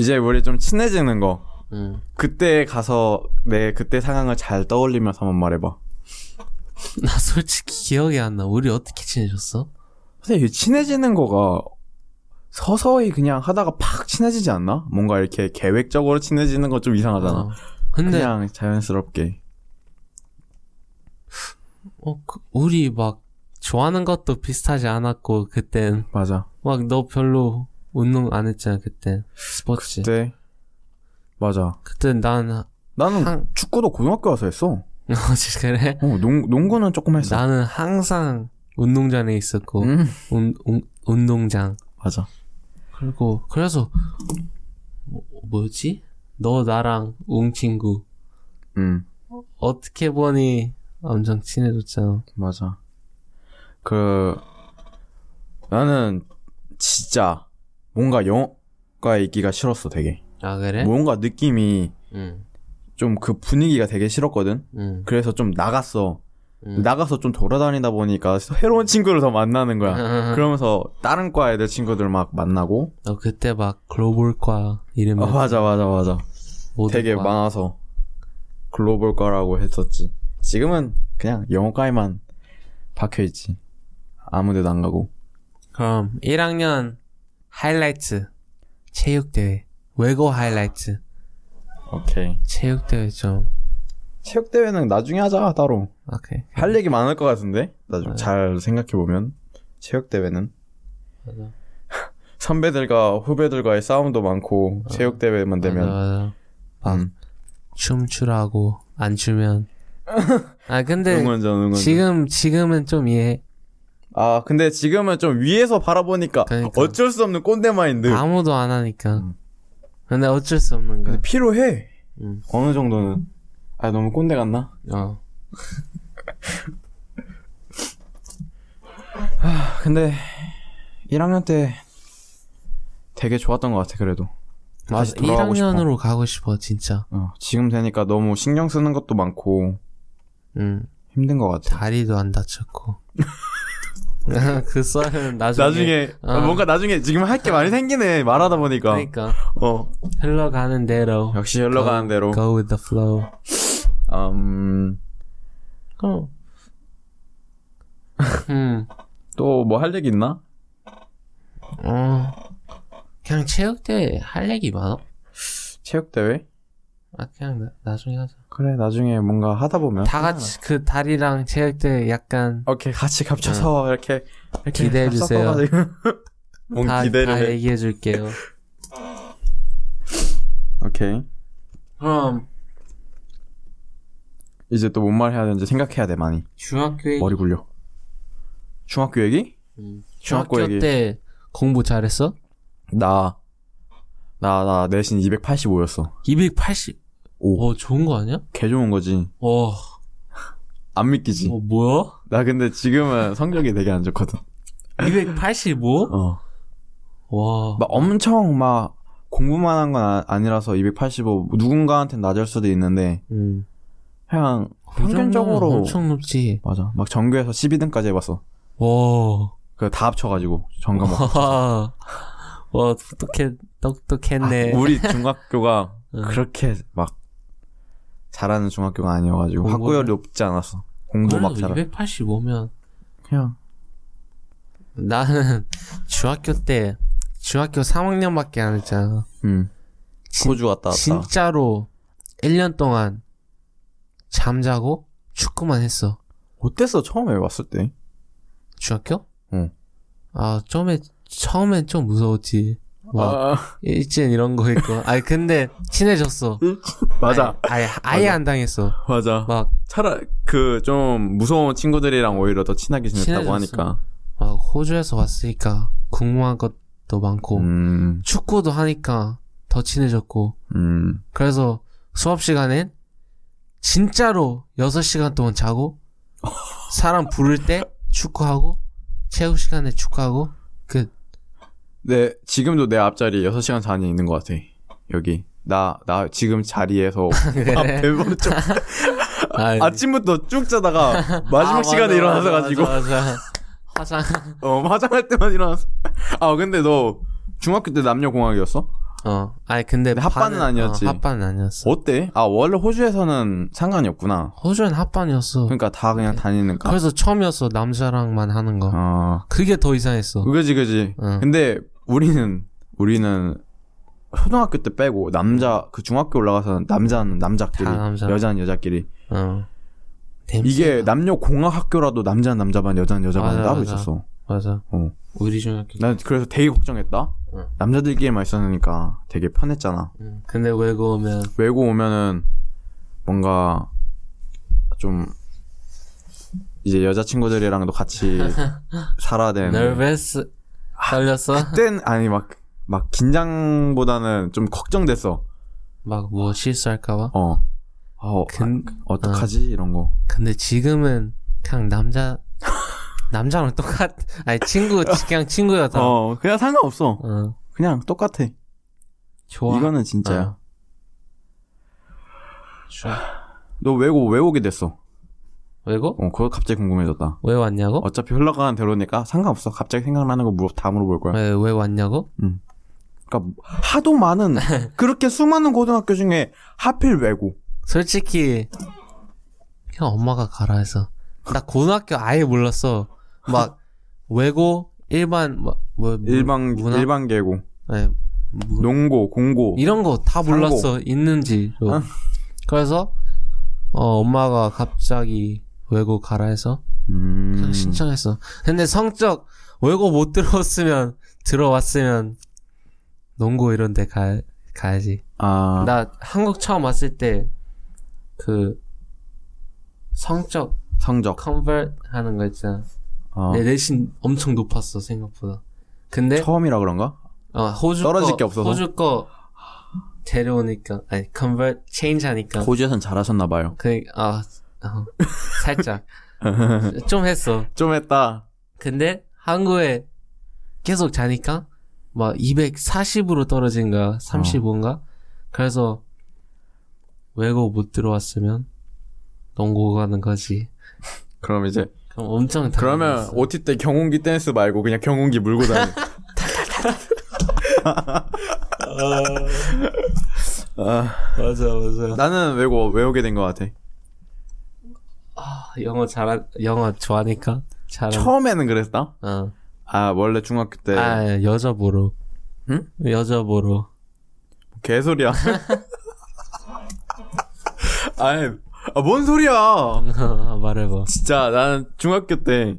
Speaker 2: 이제 우리 좀 친해지는 거.
Speaker 1: 음.
Speaker 2: 그때 가서 내 그때 상황을 잘 떠올리면서 한번 말해봐.
Speaker 1: 나 솔직히 기억이 안 나. 우리 어떻게 친해졌어?
Speaker 2: 선생님, 이 친해지는 거가 서서히 그냥 하다가 팍 친해지지 않나? 뭔가 이렇게 계획적으로 친해지는 건 좀 이상하잖아.
Speaker 1: 어. 근데
Speaker 2: 그냥 자연스럽게.
Speaker 1: 어, 그- 우리 막 좋아하는 것도 비슷하지 않았고 그땐
Speaker 2: 맞아.
Speaker 1: 막 너 별로 운동 안 했잖아 그땐 스포츠
Speaker 2: 그때 네. 맞아.
Speaker 1: 그땐 난 어,
Speaker 2: 나는
Speaker 1: 항-
Speaker 2: 축구도 고등학교 와서 했어. 어,
Speaker 1: 진짜 그래
Speaker 2: 농, 농구는 조금 했어.
Speaker 1: 나는 항상 운동장에 있었고
Speaker 2: 음.
Speaker 1: 운, 운- 운동장
Speaker 2: 맞아.
Speaker 1: 그리고 그래서 뭐, 뭐지 너 나랑 웅 친구
Speaker 2: 음,
Speaker 1: 어떻게 보니 엄청 친해졌잖아
Speaker 2: 맞아. 그 나는 진짜 뭔가 영어과에 있기가 싫었어, 되게.
Speaker 1: 아 그래
Speaker 2: 뭔가 느낌이
Speaker 1: 응
Speaker 2: 좀 그 분위기가 되게 싫었거든.
Speaker 1: 응
Speaker 2: 그래서 좀 나갔어.
Speaker 1: 응.
Speaker 2: 나가서 좀 돌아다니다 보니까 새로운 친구를 더 만나는 거야. 그러면서 다른 과 애들 친구들 막 만나고.
Speaker 1: 너 어, 그때 막 글로벌과 이름
Speaker 2: 어, 맞아, 맞아, 맞아.
Speaker 1: 모든
Speaker 2: 되게
Speaker 1: 과.
Speaker 2: 많아서 글로벌과라고 했었지. 지금은 그냥 영어과에만 박혀있지. 아무데도 안 가고.
Speaker 1: 그럼 1학년 하이라이트 체육대회 외고 하이라이트
Speaker 2: 오케이.
Speaker 1: 체육대회 좀
Speaker 2: 체육대회는 나중에 하자, 따로.
Speaker 1: 오케이
Speaker 2: 할 얘기 많을 것 같은데? 나중에
Speaker 1: 맞아.
Speaker 2: 잘 생각해보면. 체육대회는.
Speaker 1: 맞아.
Speaker 2: 선배들과 후배들과의 싸움도 많고, 체육대회만 되면.
Speaker 1: 아. 맞아, 맞아.
Speaker 2: 음.
Speaker 1: 어, 춤추라고 안 추면 아 근데
Speaker 2: 응원전, 응원전.
Speaker 1: 지금 지금은 좀 이해
Speaker 2: 아, 근데 지금은 좀 위에서 바라보니까
Speaker 1: 그러니까.
Speaker 2: 어쩔 수 없는 꼰대 마인드.
Speaker 1: 아무도 안 하니까
Speaker 2: 네. 음.
Speaker 1: 근데 어쩔 수 없는
Speaker 2: 근데
Speaker 1: 거야
Speaker 2: 필요해.
Speaker 1: 음.
Speaker 2: 어느 정도는. 아, 너무 꼰대 같나?
Speaker 1: 어
Speaker 2: 아, 근데 1학년 때 되게 좋았던 것 같아, 그래도.
Speaker 1: 맞아
Speaker 2: 다시 돌아가고 싶어.
Speaker 1: 1학년으로 가고 싶어 진짜
Speaker 2: 어, 지금 되니까 너무 신경 쓰는 것도 많고
Speaker 1: 음
Speaker 2: 힘든 것 같아.
Speaker 1: 다리도 안 다쳤고 그 썰은 나중에,
Speaker 2: 나중에
Speaker 1: 어.
Speaker 2: 뭔가 나중에 지금 할 게 많이 아. 생기네 말하다 보니까.
Speaker 1: 그러니까
Speaker 2: 어
Speaker 1: 흘러가는 대로
Speaker 2: 역시 흘러가는 대로.
Speaker 1: go with the flow
Speaker 2: 음,
Speaker 1: 음
Speaker 2: 또 뭐 할 얘기 있나?
Speaker 1: 어. 그냥 체육대회 할 얘기 많아?
Speaker 2: 체육 대회?
Speaker 1: 아 그냥 나, 나중에 하자
Speaker 2: 그래 나중에 뭔가 하다 보면.
Speaker 1: 다 같이 그 다리랑 체육대회 약간
Speaker 2: 오케이 같이 겹쳐서 이렇게, 이렇게
Speaker 1: 기대해 주세요.
Speaker 2: 섞어가지고. 뭔
Speaker 1: 다,
Speaker 2: 기대를
Speaker 1: 다
Speaker 2: 해.
Speaker 1: 얘기해 줄게요
Speaker 2: 오케이
Speaker 1: 그럼
Speaker 2: 이제 또 뭔 말 해야 되는지 생각해야 돼 많이.
Speaker 1: 중학교 얘기
Speaker 2: 머리 굴려. 중학교 얘기?
Speaker 1: 음.
Speaker 2: 중학교
Speaker 1: 중학교
Speaker 2: 얘기.
Speaker 1: 때 공부 잘했어?
Speaker 2: 나, 나, 나 내신 285였어.
Speaker 1: 280.
Speaker 2: 오.
Speaker 1: 어, 좋은 거 아니야?
Speaker 2: 개 좋은 거지.
Speaker 1: 어,
Speaker 2: 안 믿기지.
Speaker 1: 어 뭐야?
Speaker 2: 나 근데 지금은 성적이 되게 안 좋거든.
Speaker 1: 285?
Speaker 2: 어.
Speaker 1: 와.
Speaker 2: 막 엄청 막 공부만 한 건 아, 니라서 285, 누군가한테 낮을 수도 있는데,
Speaker 1: 음.
Speaker 2: 그냥
Speaker 1: 그
Speaker 2: 평균적으로.
Speaker 1: 정도면 엄청 높지.
Speaker 2: 맞아. 막 전교에서 12등까지 해봤어.
Speaker 1: 와.
Speaker 2: 그 다 합쳐가지고, 전과 막.
Speaker 1: 와. 와, 똑똑해,
Speaker 2: 아,
Speaker 1: 똑똑했네.
Speaker 2: 우리 중학교가
Speaker 1: 응.
Speaker 2: 그렇게 막 잘하는 중학교가 아니어가지고,
Speaker 1: 공부를? 아,
Speaker 2: 학구열이 높지 않았어. 공부 막 잘하
Speaker 1: 285면
Speaker 2: 그냥.
Speaker 1: 나는 중학교 때 중학교 3학년밖에 안 했잖아.
Speaker 2: 음.
Speaker 1: 진-
Speaker 2: 호주 왔다 갔다.
Speaker 1: 진짜로 1년 동안 잠자고 축구만 했어.
Speaker 2: 어땠어 처음에 왔을 때?
Speaker 1: 중학교?
Speaker 2: 응.
Speaker 1: 아, 처음에 처음엔 좀 무서웠지.
Speaker 2: 아.
Speaker 1: 막 일진 이런 거 있고. 아니 근데 친해졌어.
Speaker 2: 맞아
Speaker 1: 아예 아예
Speaker 2: 맞아.
Speaker 1: 안 당했어.
Speaker 2: 맞아
Speaker 1: 막
Speaker 2: 차라리 그 좀 무서운 친구들이랑 오히려 더 친하게 지냈다고
Speaker 1: 친해졌어.
Speaker 2: 하니까
Speaker 1: 막 아, 호주에서 왔으니까 궁금한 것도 많고
Speaker 2: 음,
Speaker 1: 축구도 하니까 더 친해졌고
Speaker 2: 음.
Speaker 1: 그래서 수업 시간엔 진짜로 6시간 동안 자고 사람 부를 때 축구하고 체육 시간에 축구하고 끝.
Speaker 2: 네 지금도 내 앞자리 6시간 잔이 있는 것 같아 여기 나 나 지금 자리에서 앞에 좀
Speaker 1: 네. 아이.
Speaker 2: 아, 아침부터 쭉 자다가 마지막
Speaker 1: 아,
Speaker 2: 시간에
Speaker 1: 맞아,
Speaker 2: 일어나서
Speaker 1: 맞아,
Speaker 2: 가지고
Speaker 1: 맞아, 맞아. 화장
Speaker 2: 어 화장할 때만 일어나서 아 근데 너 중학교 때 남녀 공학이었어?
Speaker 1: 어 아니 근데
Speaker 2: 근데 합반은
Speaker 1: 반은-
Speaker 2: 아니었지.
Speaker 1: 어, 합반은 아니었어
Speaker 2: 어때? 아 원래 호주에서는 상관이 없구나
Speaker 1: 호주엔 합반이었어
Speaker 2: 그러니까 다 그냥 다니니까
Speaker 1: 네. 그래서 처음이었어 남자랑만 하는 거
Speaker 2: 아
Speaker 1: 그게 더 이상했어
Speaker 2: 그지 그지.
Speaker 1: 응.
Speaker 2: 근데 우리는 우리는 초등학교 때 빼고 남자 그 중학교 올라가서는 남자는 남자끼리
Speaker 1: 다 남자.
Speaker 2: 여자는 여자끼리
Speaker 1: 어
Speaker 2: 이게
Speaker 1: 냄새가.
Speaker 2: 남녀 공학 학교라도 남자는 남자반 여자는 여자반
Speaker 1: 맞아,
Speaker 2: 따로
Speaker 1: 맞아.
Speaker 2: 있었어.
Speaker 1: 맞아
Speaker 2: 어.
Speaker 1: 우리 중학교
Speaker 2: 난 그래서 되게 걱정했다.
Speaker 1: 응.
Speaker 2: 남자들끼리만 있었으니까 되게 편했잖아.
Speaker 1: 응. 근데 외국 오면
Speaker 2: 외고 오면은 뭔가 좀 이제 여자친구들이랑도 같이 살아야 되는데
Speaker 1: nervous 떨렸어
Speaker 2: 그땐 아니 막 막 긴장보다는 좀 걱정됐어.
Speaker 1: 막 뭐 실수할까봐.
Speaker 2: 어. 어,
Speaker 1: 근,
Speaker 2: 어떡하지? 이런 거.
Speaker 1: 근데 지금은 그냥 남자 남자랑 똑같. 아니 친구 그냥 친구야 다. 어.
Speaker 2: 어, 그냥 상관없어. 그냥 똑같아.
Speaker 1: 좋아. 어.
Speaker 2: 이거는 진짜야. 너 외고, 왜 오게 됐어?
Speaker 1: 외국?
Speaker 2: 어, 그거 갑자기 궁금해졌다.
Speaker 1: 왜 왔냐고?
Speaker 2: 어차피 흘러가는 대로니까 상관없어. 갑자기 생각나는 거 물어, 다 물어볼 거야.
Speaker 1: 왜, 왜 왔냐고?
Speaker 2: 그러니까 하도 많은, 그렇게 수많은 고등학교 중에 하필 외고.
Speaker 1: 솔직히 그냥 엄마가 가라 해서 나 고등학교 아예 몰랐어. 막 외고 일반 뭐, 뭐
Speaker 2: 음. 일반,
Speaker 1: 문화?
Speaker 2: 일반 계고.
Speaker 1: 네, 뭐,
Speaker 2: 농고, 공고.
Speaker 1: 이런 거 다
Speaker 2: 상고.
Speaker 1: 몰랐어 있는지
Speaker 2: 아.
Speaker 1: 그래서 어, 엄마가 갑자기 외고 가라 해서
Speaker 2: 음.
Speaker 1: 그냥 신청했어 근데 성적 외고 못 들어왔으면 들어왔으면 농고 이런 데 가, 가야지
Speaker 2: 아.
Speaker 1: 나 한국 처음 왔을 때 그 성적
Speaker 2: 성적.
Speaker 1: 컨버트 하는 거 있잖아
Speaker 2: 어.
Speaker 1: 내 내신 엄청 높았어 생각보다 근데
Speaker 2: 처음이라 그런가?
Speaker 1: 어, 호주
Speaker 2: 떨어질
Speaker 1: 거,
Speaker 2: 게 없어서?
Speaker 1: 호주 거 데려오니까 아니 컨버트 체인지 하니까
Speaker 2: 호주에선 잘하셨나 봐요.
Speaker 1: 그아 어, 살짝 좀 했어.
Speaker 2: 좀 했다.
Speaker 1: 근데 한국에 계속 자니까 막 240으로 떨어진 거야. 35인가?
Speaker 2: 어.
Speaker 1: 그래서 외고 못 들어왔으면 농고 가는 거지.
Speaker 2: 그럼 이제
Speaker 1: 그럼 엄청
Speaker 2: 그러면
Speaker 1: 당황했어.
Speaker 2: OT 때 경운기 댄스 말고 그냥 경운기 물고 다니. 아,
Speaker 1: 맞아 맞아.
Speaker 2: 나는 외고 외우게 된 것 같아.
Speaker 1: 아, 영어 잘한 영어 좋아하니까 잘한.
Speaker 2: 처음에는 그랬다.
Speaker 1: 어.
Speaker 2: 아 원래 중학교 때
Speaker 1: 아 여자 보러.
Speaker 2: 응?
Speaker 1: 여자 보러.
Speaker 2: 개소리야. 아니, 아, 뭔 소리야?
Speaker 1: 말해봐.
Speaker 2: 진짜 나는 중학교 때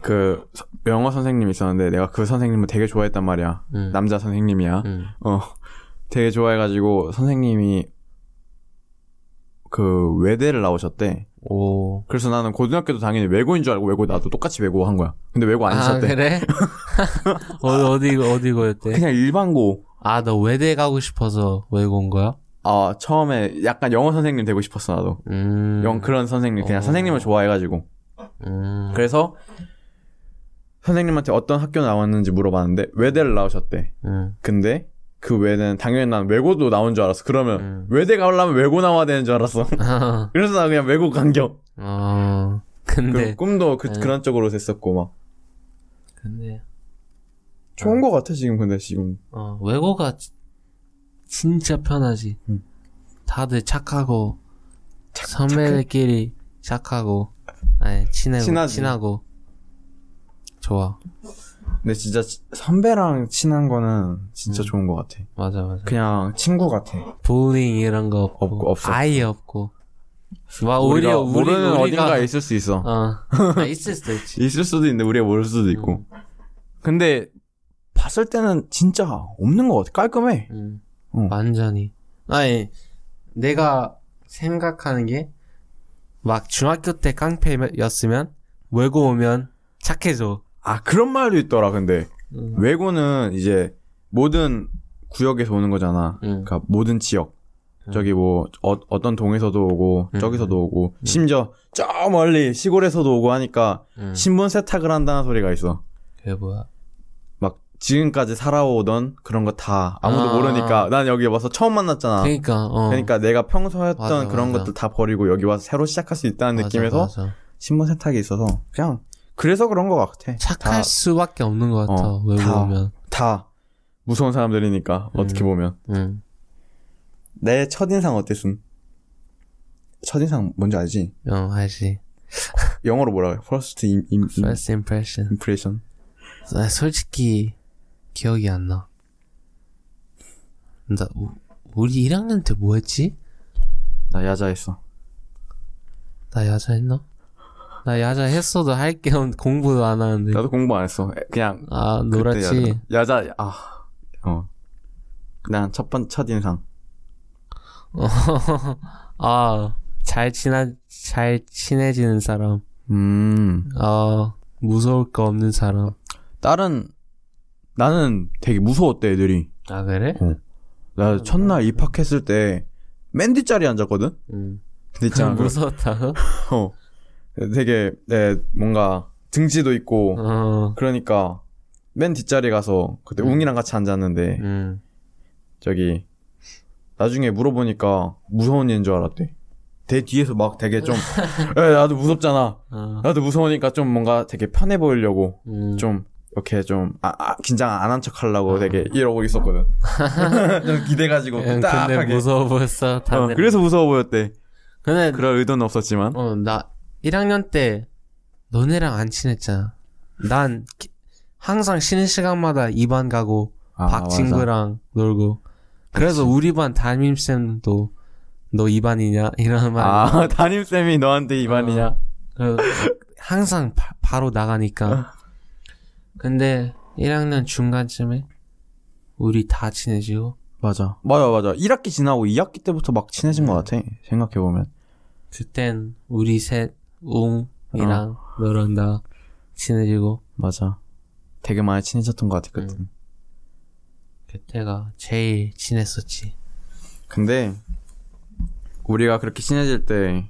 Speaker 2: 그 영어 선생님이 있었는데 내가 그 선생님을 되게 좋아했단 말이야.
Speaker 1: 응.
Speaker 2: 남자 선생님이야.
Speaker 1: 응.
Speaker 2: 어, 되게 좋아해가지고 선생님이 그 외대를 나오셨대.
Speaker 1: 오.
Speaker 2: 그래서 나는 고등학교도 당연히 외고인 줄 알고 외고 나도 똑같이 외고 한 거야. 근데 외고
Speaker 1: 아
Speaker 2: 아니셨대.
Speaker 1: 그래? 어디 어디 어디고였대?
Speaker 2: 그냥 일반고.
Speaker 1: 아 너 외대 가고 싶어서 외고 온 거야?
Speaker 2: 아 처음에 약간 영어 선생님 되고 싶었어 나도.
Speaker 1: 음.
Speaker 2: 영 그런 선생님 그냥
Speaker 1: 어.
Speaker 2: 선생님을 좋아해가지고.
Speaker 1: 음.
Speaker 2: 그래서 선생님한테 어떤 학교 나왔는지 물어봤는데 외대를 나오셨대.
Speaker 1: 음.
Speaker 2: 근데 그 외대는 당연히 난 외고도 나온 줄 알았어. 그러면
Speaker 1: 음.
Speaker 2: 외대 가려면 외고 나와야 되는 줄 알았어. 그래서 나 그냥 외고 간겨.
Speaker 1: 어.
Speaker 2: 그
Speaker 1: 근데
Speaker 2: 꿈도 그,
Speaker 1: 네.
Speaker 2: 그런 쪽으로 됐었고 막
Speaker 1: 근데 네.
Speaker 2: 좋은 거 같아 지금 근데 지금
Speaker 1: 어 외고가 지- 진짜 편하지.
Speaker 2: 음.
Speaker 1: 다들 착하고 선배들끼리 착하고 아니 친하고
Speaker 2: 친하지.
Speaker 1: 친하고 좋아
Speaker 2: 근데 진짜 치- 선배랑 친한 거는 진짜
Speaker 1: 네.
Speaker 2: 좋은 거 같아
Speaker 1: 맞아 맞아.
Speaker 2: 그냥 친구 같아
Speaker 1: 볼링 이런 거 없고,
Speaker 2: 없고, 없었어.
Speaker 1: 아예 없고. 와 오히려 아, 우리,
Speaker 2: 모르는
Speaker 1: 우리가
Speaker 2: 어딘가에 있을 수 있어
Speaker 1: 어 아, 있을 수도 있지.
Speaker 2: 있을 수도 있는데 우리가 모를 수도 있고 근데 봤을 때는 진짜 없는 거 같아 깔끔해
Speaker 1: 음,
Speaker 2: 응.
Speaker 1: 완전히. 아니, 내가 생각하는 게, 막 중학교 때 깡패였으면, 외고 오면 착해져.
Speaker 2: 아 그런 말도 있더라 근데
Speaker 1: 음.
Speaker 2: 외고는 이제 모든 구역에서 오는 거잖아
Speaker 1: 음.
Speaker 2: 그러니까 모든 지역
Speaker 1: 음.
Speaker 2: 저기 뭐 어, 떤 동에서도 오고
Speaker 1: 음.
Speaker 2: 저기서도 오고 심지어 저 멀리 시골에서도 오고 하니까
Speaker 1: 음.
Speaker 2: 신분 세탁을 한다는 소리가 있어
Speaker 1: 그게 뭐야.
Speaker 2: 막 지금까지 살아오던 그런 거 다 아무도
Speaker 1: 아.
Speaker 2: 모르니까 난 여기 와서 처음 만났잖아 그러니까,
Speaker 1: 그러니까, 어.
Speaker 2: 내가 평소 했던
Speaker 1: 맞아,
Speaker 2: 그런
Speaker 1: 맞아.
Speaker 2: 것들 다 버리고 여기 와서 새로 시작할 수 있다는
Speaker 1: 맞아,
Speaker 2: 느낌에서
Speaker 1: 맞아.
Speaker 2: 신분 세탁이 있어서 그냥 그래서 그런 거 같아
Speaker 1: 착할
Speaker 2: 다-
Speaker 1: 수밖에 없는 것 같아,
Speaker 2: 어,
Speaker 1: 외고
Speaker 2: 다.
Speaker 1: 오면.
Speaker 2: 다 무서운 사람들이니까
Speaker 1: 음.
Speaker 2: 어떻게 보면
Speaker 1: 음.
Speaker 2: 내 첫인상 어땠음? 첫인상 뭔지 알지?
Speaker 1: 어, 알지.
Speaker 2: 영어로 뭐라 해요? First im, im, im,
Speaker 1: First impression.
Speaker 2: impression
Speaker 1: 나 솔직히, 기억이 안 나. 나, 우- 우리 1학년 때 뭐 했지?
Speaker 2: 나 야자했어
Speaker 1: 나 야자 했나? 나 야자 했어도 할 게 없, 공부도 안 하는데.
Speaker 2: 나도 공부 안 했어 에, 그냥
Speaker 1: 아,
Speaker 2: 그때
Speaker 1: 네. 놀았지.
Speaker 2: 야자 야자, 아 어. 그냥 첫번 첫인상
Speaker 1: 아, 잘 친하, 잘 친해지는 사람.
Speaker 2: 음
Speaker 1: 어, 무서울 거 없는 사람.
Speaker 2: 다른 나는 되게 무서웠대 애들이
Speaker 1: 아, 그래? 아,
Speaker 2: 나 첫날
Speaker 1: 네.
Speaker 2: 입학했을 때 맨 뒷자리에 앉았거든
Speaker 1: 응.
Speaker 2: 근데 진짜
Speaker 1: 무서웠다.
Speaker 2: 어. 되게 네, 뭔가 등지도 있고
Speaker 1: 어,
Speaker 2: 그러니까 맨 뒷자리 가서 그때
Speaker 1: 음.
Speaker 2: 웅이랑 같이 앉았는데
Speaker 1: 응.
Speaker 2: 저기 나중에 물어보니까 무서운 일인 줄 알았대. 내 뒤에서 막 되게 좀 에, 나도 무섭잖아.
Speaker 1: 어,
Speaker 2: 나도 무서우니까 좀 뭔가 되게 편해 보이려고
Speaker 1: 음.
Speaker 2: 좀 이렇게 좀 아, 아, 긴장 안 한 척 하려고
Speaker 1: 아.
Speaker 2: 되게 이러고 있었거든. 좀 기대가지고
Speaker 1: 응, 근데
Speaker 2: 딱하게.
Speaker 1: 무서워 보였어,
Speaker 2: 어,
Speaker 1: 다들.
Speaker 2: 그래서 무서워 보였대.
Speaker 1: 근데,
Speaker 2: 그럴 의도는 없었지만.
Speaker 1: 어, 나 1학년 때 너네랑 안 친했잖아. 난 기- 항상 쉬는 시간마다 2반 가고,
Speaker 2: 아,
Speaker 1: 박
Speaker 2: 맞아.
Speaker 1: 친구랑 놀고. 그래서 우리 반 담임쌤도 너 이반이냐? 이런 말.
Speaker 2: 아 담임쌤이 너한테 입안이냐
Speaker 1: 그래서 항상 바, 로 나가니까. 근데 1학년 중간쯤에 우리 다 친해지고.
Speaker 2: 맞아 맞아 맞아 1학기 지나고 2학기 때부터 막 친해진 것
Speaker 1: 음.
Speaker 2: 같아 생각해보면
Speaker 1: 그땐 우리 셋, 웅이랑
Speaker 2: 어.
Speaker 1: 너랑 나 친해지고.
Speaker 2: 맞아 되게 많이 친해졌던 것 같아 그때
Speaker 1: 음. 그때가 제일 친했었지.
Speaker 2: 근데 우리가 그렇게 친해질 때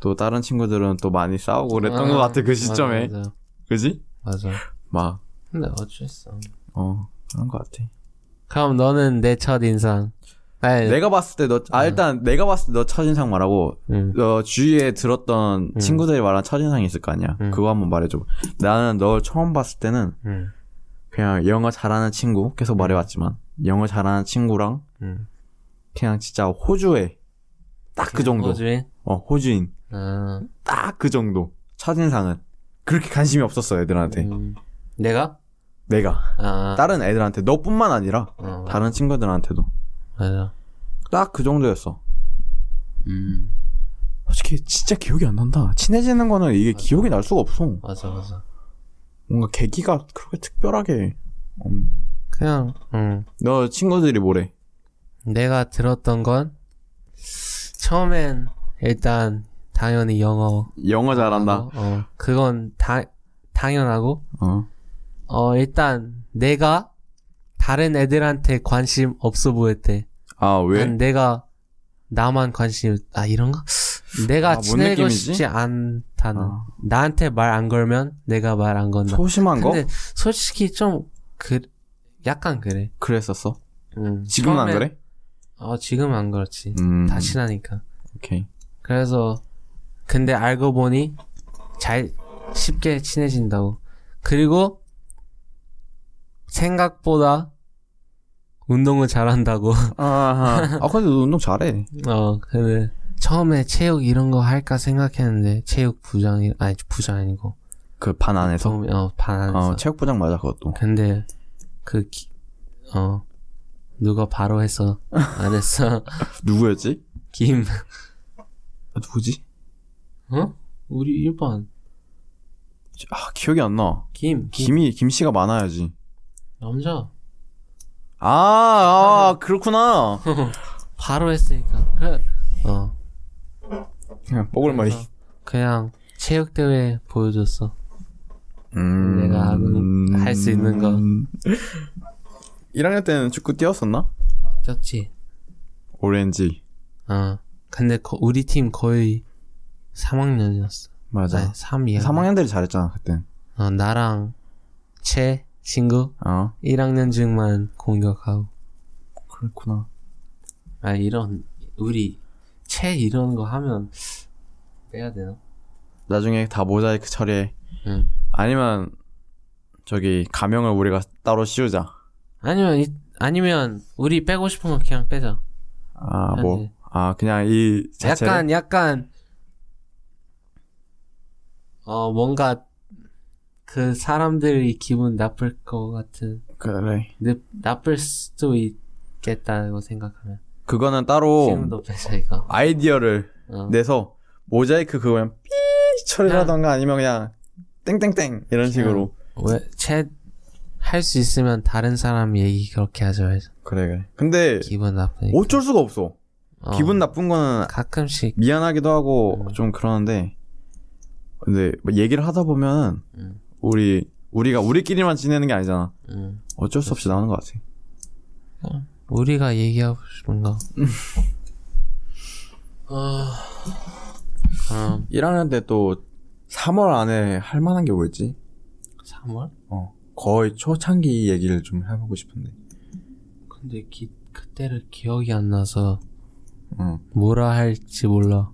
Speaker 2: 또
Speaker 1: 응.
Speaker 2: 다른 친구들은 또 많이 싸우고 그랬던
Speaker 1: 아,
Speaker 2: 것 같아 그 시점에
Speaker 1: 맞아,
Speaker 2: 그지?
Speaker 1: 맞아. 맞아.
Speaker 2: 막
Speaker 1: 근데 어쩔 수 없.
Speaker 2: 어, 그런 것 같아
Speaker 1: 그럼 너는 내 첫 인상. 아니,
Speaker 2: 내가 봤을 때 너
Speaker 1: 네.
Speaker 2: 아 일단 내가 봤을 때 너 첫인상 말하고
Speaker 1: 응.
Speaker 2: 너 주위에 들었던
Speaker 1: 음.
Speaker 2: 친구들이 말한 첫인상이 있을 거 아니야
Speaker 1: 응.
Speaker 2: 그거 한번 말해줘 나는 널 처음 봤을 때는
Speaker 1: 응.
Speaker 2: 그냥 영어 잘하는 친구
Speaker 1: 음.
Speaker 2: 계속 말해왔지만 영어 잘하는 친구랑
Speaker 1: 응.
Speaker 2: 그냥 진짜 호주에 딱 그 정도
Speaker 1: 호주에?
Speaker 2: 어 호주인
Speaker 1: 아,
Speaker 2: 딱 그 정도 첫인상은 그렇게 관심이 없었어 애들한테
Speaker 1: 음. 내가?
Speaker 2: 내가
Speaker 1: 아,
Speaker 2: 다른 애들한테 너뿐만 아니라
Speaker 1: 어,
Speaker 2: 다른 친구들한테도
Speaker 1: 맞아.
Speaker 2: 딱 그 정도였어
Speaker 1: 음,
Speaker 2: 솔직히 진짜 기억이 안 난다 친해지는 거는 이게 기억이 날 수가 없어
Speaker 1: 맞아, 맞아.
Speaker 2: 뭔가 계기가 그렇게 특별하게 없-
Speaker 1: 그냥, 응.
Speaker 2: 너 친구들이 뭐래
Speaker 1: 내가 들었던 건, 처음엔, 일단, 당연히 영어.
Speaker 2: 영어 잘한다
Speaker 1: 어, 어, 그건 다, 당연하고,
Speaker 2: 어
Speaker 1: 어, 일단, 내가, 다른 애들한테 관심 없어 보였대.
Speaker 2: 아 왜?
Speaker 1: 난 내가 나만 관심 아 이런가? 내가
Speaker 2: 아, 뭔
Speaker 1: 친해지고
Speaker 2: 느낌이지?
Speaker 1: 싶지 않다는
Speaker 2: 아.
Speaker 1: 나한테 말 안 걸면 내가 말 안 건다.
Speaker 2: 소심한 거?
Speaker 1: 근데 솔직히 좀 그 약간 그래.
Speaker 2: 그랬었어?
Speaker 1: 음,
Speaker 2: 지금은 안
Speaker 1: 처음엔-
Speaker 2: 그래?
Speaker 1: 어 지금은 안 그렇지.
Speaker 2: 음.
Speaker 1: 다 친하니까.
Speaker 2: 오케이.
Speaker 1: 그래서 근데 알고 보니 잘 쉽게 친해진다고. 그리고 생각보다 운동을 잘한다고.
Speaker 2: 아하. 아 근데 너 운동 잘해.
Speaker 1: 어, 근데 처음에 체육 이런 거 할까 생각했는데 체육 부장이 아니 부장 아니고
Speaker 2: 그 반 안에서.
Speaker 1: 처음에 어 반에서
Speaker 2: 어 체육부장 맞아 그것도.
Speaker 1: 근데 그 어 누가 바로 했어 안 했어
Speaker 2: 누구였지?
Speaker 1: 김
Speaker 2: 아, 누구지?
Speaker 1: 어? 우리 1번
Speaker 2: 아 기억이 안 나.
Speaker 1: 김, 김
Speaker 2: 김이 김 씨가 많아야지.
Speaker 1: 남자
Speaker 2: 아, 아 그렇구나.
Speaker 1: 바로 했으니까 그래 어
Speaker 2: 그냥 뽀글머리.
Speaker 1: 그래서 그냥 체육 대회 보여줬어
Speaker 2: 음.
Speaker 1: 내가 하는- 할수 있는 거.
Speaker 2: 1학년 때는 축구 뛰었었나?
Speaker 1: 꼈지
Speaker 2: 오렌지.
Speaker 1: 어 근데 거- 우리 팀 거의 3학년이었어
Speaker 2: 맞아.
Speaker 1: 3이야
Speaker 2: 3학년들이 잘했잖아 그땐.
Speaker 1: 어, 나랑 채 친구
Speaker 2: 어
Speaker 1: 1학년 중만 공격하고
Speaker 2: 그렇구나.
Speaker 1: 아 이런 우리 채 이런 거 하면 빼야 되나?
Speaker 2: 나중에 다 모자이크 처리해.
Speaker 1: 응.
Speaker 2: 아니면 저기 가명을 우리가 따로 씌우자.
Speaker 1: 아니면 이- 아니면 우리 빼고 싶은 거 그냥 빼자.
Speaker 2: 아,
Speaker 1: 현재.
Speaker 2: 뭐. 아, 그냥 이 자체를
Speaker 1: 약간 약간 어 뭔가 그 사람들이 기분 나쁠 것 같은
Speaker 2: 그래.
Speaker 1: 느, 나쁠 수도 있겠다고 생각하면
Speaker 2: 그거는 따로
Speaker 1: 지금도 빼자 이거.
Speaker 2: 아이디어를
Speaker 1: 어.
Speaker 2: 내서 모자이크 그거 그냥 삐 처리라던가 아니면 그냥 땡땡땡
Speaker 1: 아.
Speaker 2: 이런 식으로.
Speaker 1: 왜채할 수 있으면 다른 사람 얘기 그렇게 하죠.
Speaker 2: 그래, 그래. 근데
Speaker 1: 기분 나쁘니까.
Speaker 2: 어쩔 수가 없어.
Speaker 1: 어,
Speaker 2: 기분 나쁜 거는
Speaker 1: 가끔씩
Speaker 2: 미안하기도 하고
Speaker 1: 음.
Speaker 2: 좀 그러는데 근데 뭐 얘기를 하다 보면
Speaker 1: 음.
Speaker 2: 우리 우리가 우리끼리만 지내는 게 아니잖아.
Speaker 1: 음,
Speaker 2: 어쩔 수 없이 나오는 것 같아.
Speaker 1: 우리가 얘기하고 싶은 거. 어, 그럼
Speaker 2: 1학년 때 또 3월 안에 할 만한 게 뭐였지?
Speaker 1: 3월?
Speaker 2: 어. 거의 초창기 얘기를 좀 해보고 싶은데.
Speaker 1: 근데 기, 그때를 기억이 안 나서
Speaker 2: 응.
Speaker 1: 뭐라 할지 몰라.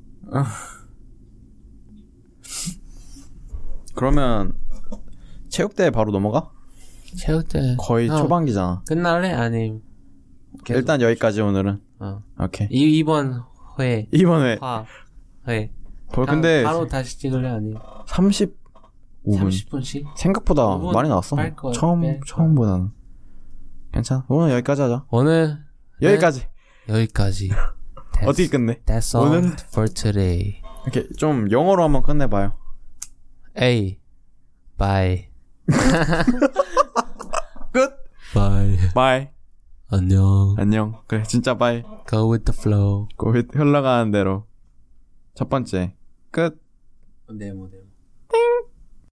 Speaker 2: 그러면 체육대회 바로 넘어가?
Speaker 1: 체육 때
Speaker 2: 거의
Speaker 1: 어,
Speaker 2: 초반기잖아.
Speaker 1: 끝날래? 아님 계속-
Speaker 2: 일단 여기까지 오늘은.
Speaker 1: 어.
Speaker 2: 오케이.
Speaker 1: 이 이번 회
Speaker 2: 이번에
Speaker 1: 화 회.
Speaker 2: 벌 근데
Speaker 1: 아, 바로 다시 찍을래 아님
Speaker 2: 35분
Speaker 1: 30분씩?
Speaker 2: 생각보다
Speaker 1: 오분 네.
Speaker 2: 많이 나왔어.
Speaker 1: 빨 거야,
Speaker 2: 처음
Speaker 1: 뺄 거야.
Speaker 2: 처음보다는. 괜찮아. 오늘 여기까지 하자.
Speaker 1: 오늘
Speaker 2: 여기까지.
Speaker 1: 여기까지. That's,
Speaker 2: 어떻게 끝내?
Speaker 1: That's all
Speaker 2: 오늘은-
Speaker 1: for today.
Speaker 2: 이렇게 좀 영어로 한번 끝내봐요.
Speaker 1: A. Bye.
Speaker 2: 끝.
Speaker 1: Bye.
Speaker 2: 바이.
Speaker 1: 안녕.
Speaker 2: 안녕. 그래 진짜 바이.
Speaker 1: Go with the flow.
Speaker 2: 그 흘러가는 대로. 첫 번째. 끝.
Speaker 1: 네모 네모.